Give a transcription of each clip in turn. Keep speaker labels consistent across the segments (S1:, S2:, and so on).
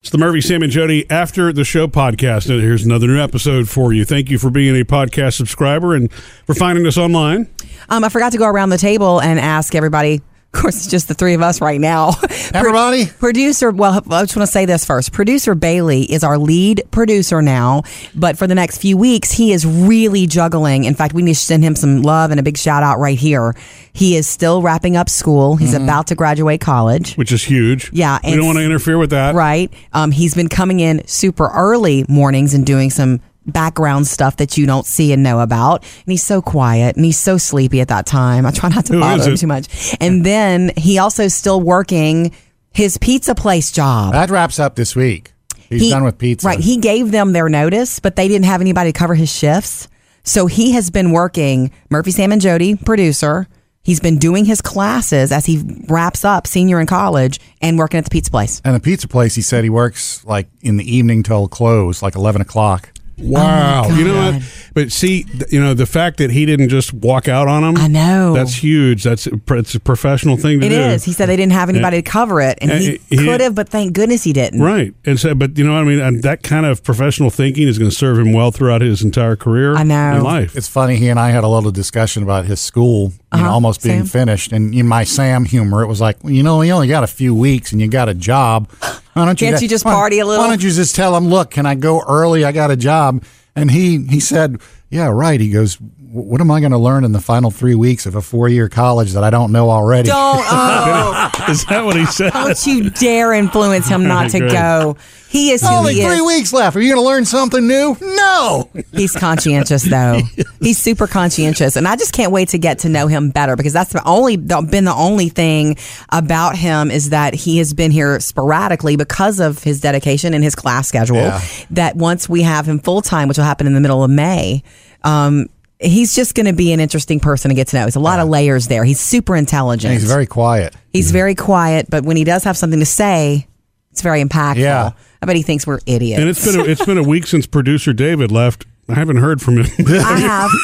S1: It's the Murphy, Sam, and Jody After the Show podcast. And here's another new episode for you. Thank you for being a podcast subscriber and for finding us online.
S2: Um, I forgot to go around the table and ask everybody. Of course, it's just the three of us right now.
S3: Everybody?
S2: Producer, well, I just want to say this first. Producer Bailey is our lead producer now, but for the next few weeks, he is really juggling. In fact, we need to send him some love and a big shout out right here. He is still wrapping up school, he's about to graduate college.
S1: which is huge.
S2: Yeah,
S1: we
S2: and-
S1: don't want to interfere with that.
S2: Right. Um, he's been coming in super early mornings and doing some background stuff that you don't see and know about. And he's so quiet and he's so sleepy at that time. I try not to
S1: Who
S2: bother him
S1: isn't?
S2: too much. And then he also is still working his pizza place job.
S3: That wraps up this week. He's
S2: He-
S3: done with pizza.
S2: Right. He gave them their notice, but they didn't have anybody to cover his shifts. So he has been working Murphy, Sam, and Jody, producer. He's been doing his classes as he wraps up senior in college and working at the pizza place.
S3: and the pizza place, he said he works like in the evening till close, like 11 o'clock.
S1: Wow.
S2: Oh my
S1: you know what?
S2: God.
S1: But see, th- you know, the fact that he didn't just walk out on him.
S2: I know.
S1: That's huge. That's a, pr- it's a professional thing to
S2: It
S1: do.
S2: is. He said they didn't have anybody to cover it, and
S1: And
S2: he,
S1: he-
S2: could have, but thank goodness he didn't.
S1: Right. And so, but you know what I mean? And that kind of professional thinking is going to serve him well throughout his entire career
S2: I know.
S1: and life.
S3: It's funny. He and I had a little discussion about his school you know,
S2: Uh-huh,
S3: almost being
S2: Sam.
S3: finished. And in my Sam humor, it was like, well, you know, you only got a few weeks and you got a job. Why don't you,
S2: Can't
S3: da-
S2: you just
S3: why-
S2: party a little?
S3: Why don't you just tell him, look, can I go early? I got a job. And he, he said, yeah, right. He goes, "Wh- what am I going to learn in the final three weeks of a four year college that I don't know already?
S2: Don't oh,
S1: is that what he said?
S2: don't you dare influence him not to
S1: Great.
S2: go. He is who
S3: Only
S2: he
S3: three
S2: is.
S3: weeks left. Are you going to learn something new? No.
S2: He's conscientious though. He's super conscientious, and I just can't wait to get to know him better because that's the only the- been the only thing about him is that he has been here sporadically because of his dedication and his class schedule.
S3: Yeah.
S2: That once we have him full time, which will happen in the middle of May. Um, He's just going to be an interesting person to get to know. He's a lot of layers there. He's super intelligent.
S3: He's very Mm-hmm. quiet.
S2: He's very quiet, but when he does have something to say, it's very impactful.
S3: Yeah.
S2: I bet he thinks we're idiots.
S1: and it's been a, it's been a week since producer David left. I haven't heard from him.
S2: I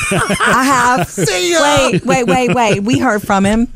S2: have. I have.
S3: See ya.
S2: Wait, wait, wait, wait. We heard from him.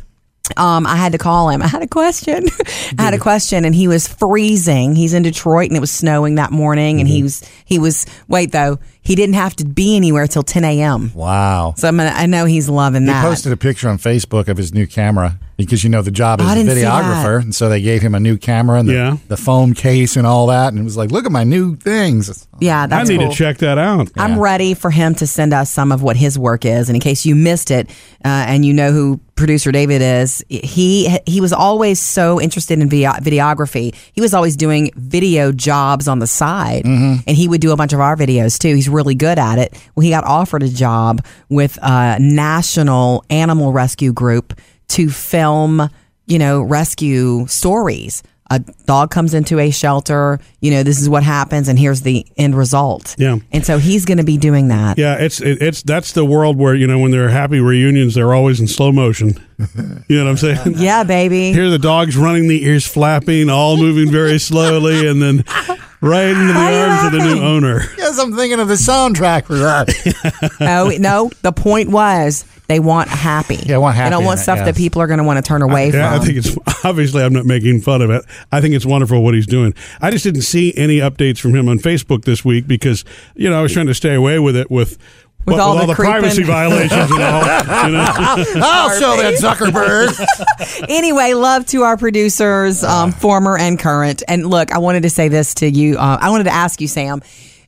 S2: Um, I had to call him. I had a question. I had a question, and he was freezing. He's in Detroit, and it was snowing that morning. And he
S1: Mm-hmm.
S2: was he was wait though he didn't have to be anywhere till ten a.m.
S3: Wow.
S2: So I'm gonna, I know he's loving
S3: He
S2: that.
S3: posted a picture on Facebook of his new camera because you know the job is
S2: Oh, I
S3: a
S2: didn't see
S3: videographer, and so they gave him a new camera and the,
S1: Yeah.
S3: the phone case and all that, and it was like, look at my new things.
S2: yeah,
S1: I
S2: that's
S1: need
S2: cool.
S1: to check that out.
S2: I'm ready for him to send us some of what his work is. And in case you missed it, uh, and you know who producer David is, he he was always so interested in video, videography. He was always doing video jobs on the side, and he would do a bunch of our videos too. He's really good at it. Well, he got offered a job with a national animal rescue group to film, you know, rescue stories. A dog comes into a shelter, you know, this is what happens, and here's the end result.
S1: Yeah.
S2: And so he's going to be doing that.
S1: Yeah, it's it, it's that's the world where you know when there are happy reunions, they're always in slow motion. You know what I'm saying?
S2: Yeah, baby.
S1: Here, the dogs running, the ears flapping, all moving very slowly, and then right into the
S2: Why are you
S1: arms of the new
S2: laughing?
S1: owner.
S3: Yes, I'm thinking of the soundtrack for that.
S2: oh, no. The point was they want happy.
S3: Yeah, I want
S2: They don't
S3: happy
S2: want
S3: in it,
S2: stuff
S3: yes.
S2: that people are going to want to turn away from.
S1: Yeah, I think it's obviously I'm not making fun of it. I think it's wonderful what he's doing. I just didn't see any updates from him on Facebook this week because you know I was trying to stay away with it with.
S2: With all the
S1: the
S2: creeping.
S1: privacy violations and all, you know?
S3: I'll show that Zuckerberg.
S2: anyway, love to our producers, um, former and current. And look, I wanted to say this to you. Uh, I wanted to ask you, Sam.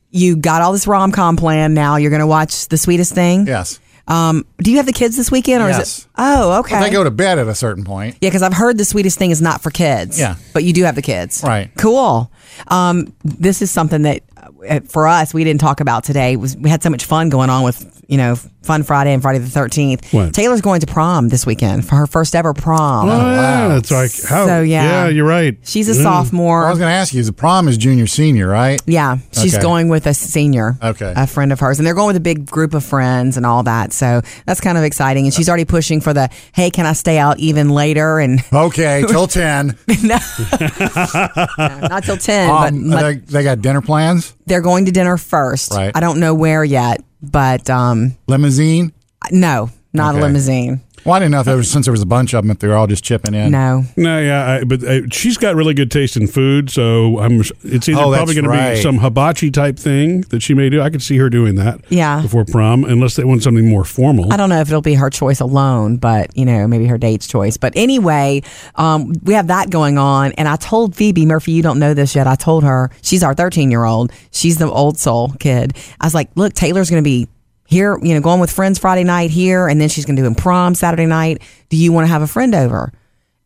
S2: You got all this rom com planned. Now you're going to watch The Sweetest Thing.
S3: yes,
S2: Um, do you have the kids this weekend, or is
S3: Yes.
S2: it? Oh, okay.
S3: they go to bed at a certain point.
S2: Yeah, because I've heard the sweetest thing is not for kids.
S3: Yeah.
S2: But you do have the kids.
S3: Right.
S2: Cool. Um, this is something that uh, for us, we didn't talk about today. It was, we had so much fun going on with, you know, Fun Friday and Friday the 13th.
S1: What?
S2: Taylor's going to prom this weekend for her first ever prom.
S1: Oh, yeah, it's like how?
S2: So, yeah.
S1: you're right.
S2: She's a
S1: Yeah.
S3: I
S2: sophomore.
S3: was going to ask you: is the prom is junior senior, right?
S2: Yeah, she's
S3: Okay.
S2: going with a senior,
S3: Okay.
S2: a friend of hers, and they're going with a big group of friends and all that. So that's kind of exciting. And she's already pushing for the, hey, can I stay out even later? And
S3: Okay, till ten.
S2: no, No, not till ten,
S3: Um,
S2: but
S3: they, they got dinner plans,
S2: they're going to dinner first.
S3: Right.
S2: I don't know where yet, but um,
S3: limousine.
S2: no, not
S3: Okay.
S2: a limousine.
S3: Well, I didn't know if there was, since there was a bunch of them, if they were all just chipping in.
S2: No.
S1: No, yeah, I, but uh, she's got really good taste in food, so I'm. It's either
S3: Oh, that's
S1: probably going to
S3: right.
S1: be some hibachi type thing that she may do. I could see her doing that.
S2: Yeah.
S1: Before prom, unless they want something more formal.
S2: I don't know if it'll be her choice alone, but you know, maybe her date's choice. But anyway, um, we have that going on. And I told Phoebe Murphy, you don't know this yet. I told her she's our 13 year old. She's the old soul kid. I was like, look, Taylor's going to be here, you know, going with friends Friday night here, and then she's going to do in prom Saturday night. Do you want to have a friend over?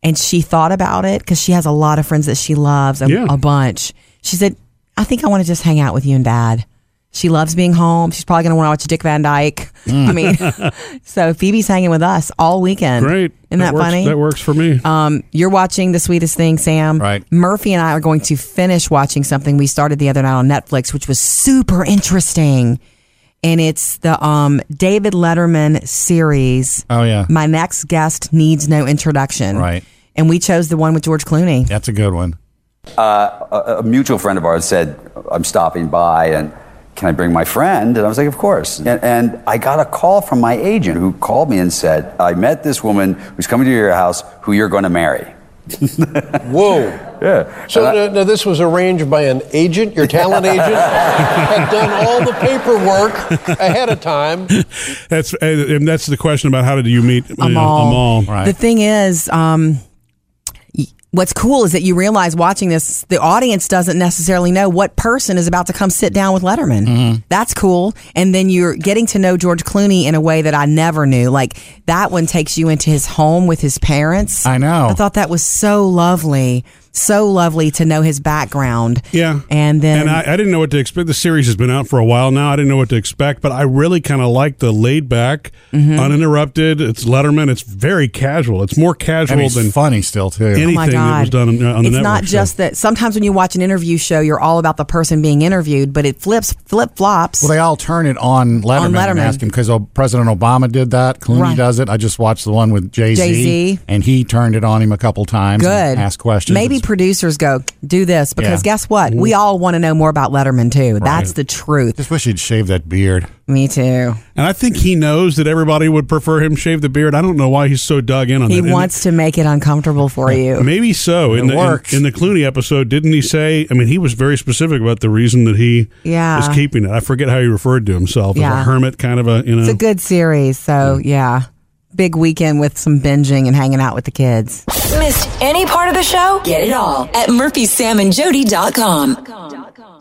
S2: And she thought about it because she has a lot of friends that she loves, a,
S1: Yeah.
S2: a bunch. She said, I think I want to just hang out with you and dad. She loves being home. She's probably going to want to watch Dick Van Dyke. I mean, so Phoebe's hanging with us all weekend.
S1: Great.
S2: Isn't that,
S1: works,
S2: funny?
S1: That works for me.
S2: Um, you're watching The Sweetest Thing, Sam.
S3: Right.
S2: Murphy and I are going to finish watching something we started the other night on Netflix, which was super interesting. And it's the um, David Letterman series.
S1: Uh.
S3: Oh, yeah.
S2: My next guest needs no introduction.
S3: Right.
S2: And we chose the one with George Clooney.
S3: That's a good one.
S4: a a mutual friend of ours said, I'm stopping by and can I bring my friend? And I was like, of course. And, and I got a call from my agent who called me and said, I met this woman who's coming to your house who you're going to marry.
S5: Whoa. Yeah. So now, now this was arranged by an agent, your talent agent, had done all the paperwork ahead of time.
S1: That's and and that's the question about how did you meet uh,
S2: Amal.
S1: Amal.
S3: Right.
S2: The thing is, um, y- what's cool is that you realize watching this, the audience doesn't necessarily know what person is about to come sit down with Letterman.
S3: Mm-hmm.
S2: That's cool. And then you're getting to know George Clooney in a way that I never knew. Like that one takes you into his home with his parents.
S3: I know.
S2: I thought that was so lovely. So lovely to know his background.
S1: Yeah.
S2: And then
S1: And I, I didn't know what to expect. The series has been out for a while now. I didn't know what to expect, but I really kind of like the laid back,
S2: Mm-hmm.
S1: uninterrupted. It's Letterman. It's very casual. It's more casual
S3: And he's
S1: than
S3: funny still, too.
S1: anything
S2: Oh my God.
S1: that was done on, on the
S2: it's
S1: network.
S2: not
S1: so-
S2: just that. Sometimes when you watch an interview show, you're all about the person being interviewed, but it flips, flip flops.
S3: Well, they all turn it on Letterman,
S2: Letterman.
S3: and ask him because President Obama did that. Clooney
S2: Right.
S3: does it. I just watched the one with Jay
S2: Jay-Z.
S3: Z, and he turned it on him a couple times.
S2: Good.
S3: And asked Mm-hmm. questions.
S2: Maybe
S3: It's-
S2: producers go do this because
S3: Yeah.
S2: guess what? We all want to know more about Letterman too. That's the truth.
S3: just wish he'd shave that beard.
S2: Me too.
S1: And I think he knows that everybody would prefer him shave the beard. I don't know why he's so dug in on
S2: He
S1: that. And
S2: wants to make it uncomfortable for you.
S1: Maybe so. In
S3: It
S1: the, in-
S3: works.
S1: In, the Clooney episode, didn't he say? I mean, he was very specific about the reason that he
S2: Yeah.
S1: is keeping it. I forget how he referred to himself as
S2: Yeah.
S1: a hermit, kind of a you know.
S2: It's a good series, so
S3: Mm-hmm.
S2: yeah. Big weekend with some binging and hanging out with the kids.
S6: Missed any part of the show? Get it all at murphysamandjody.com.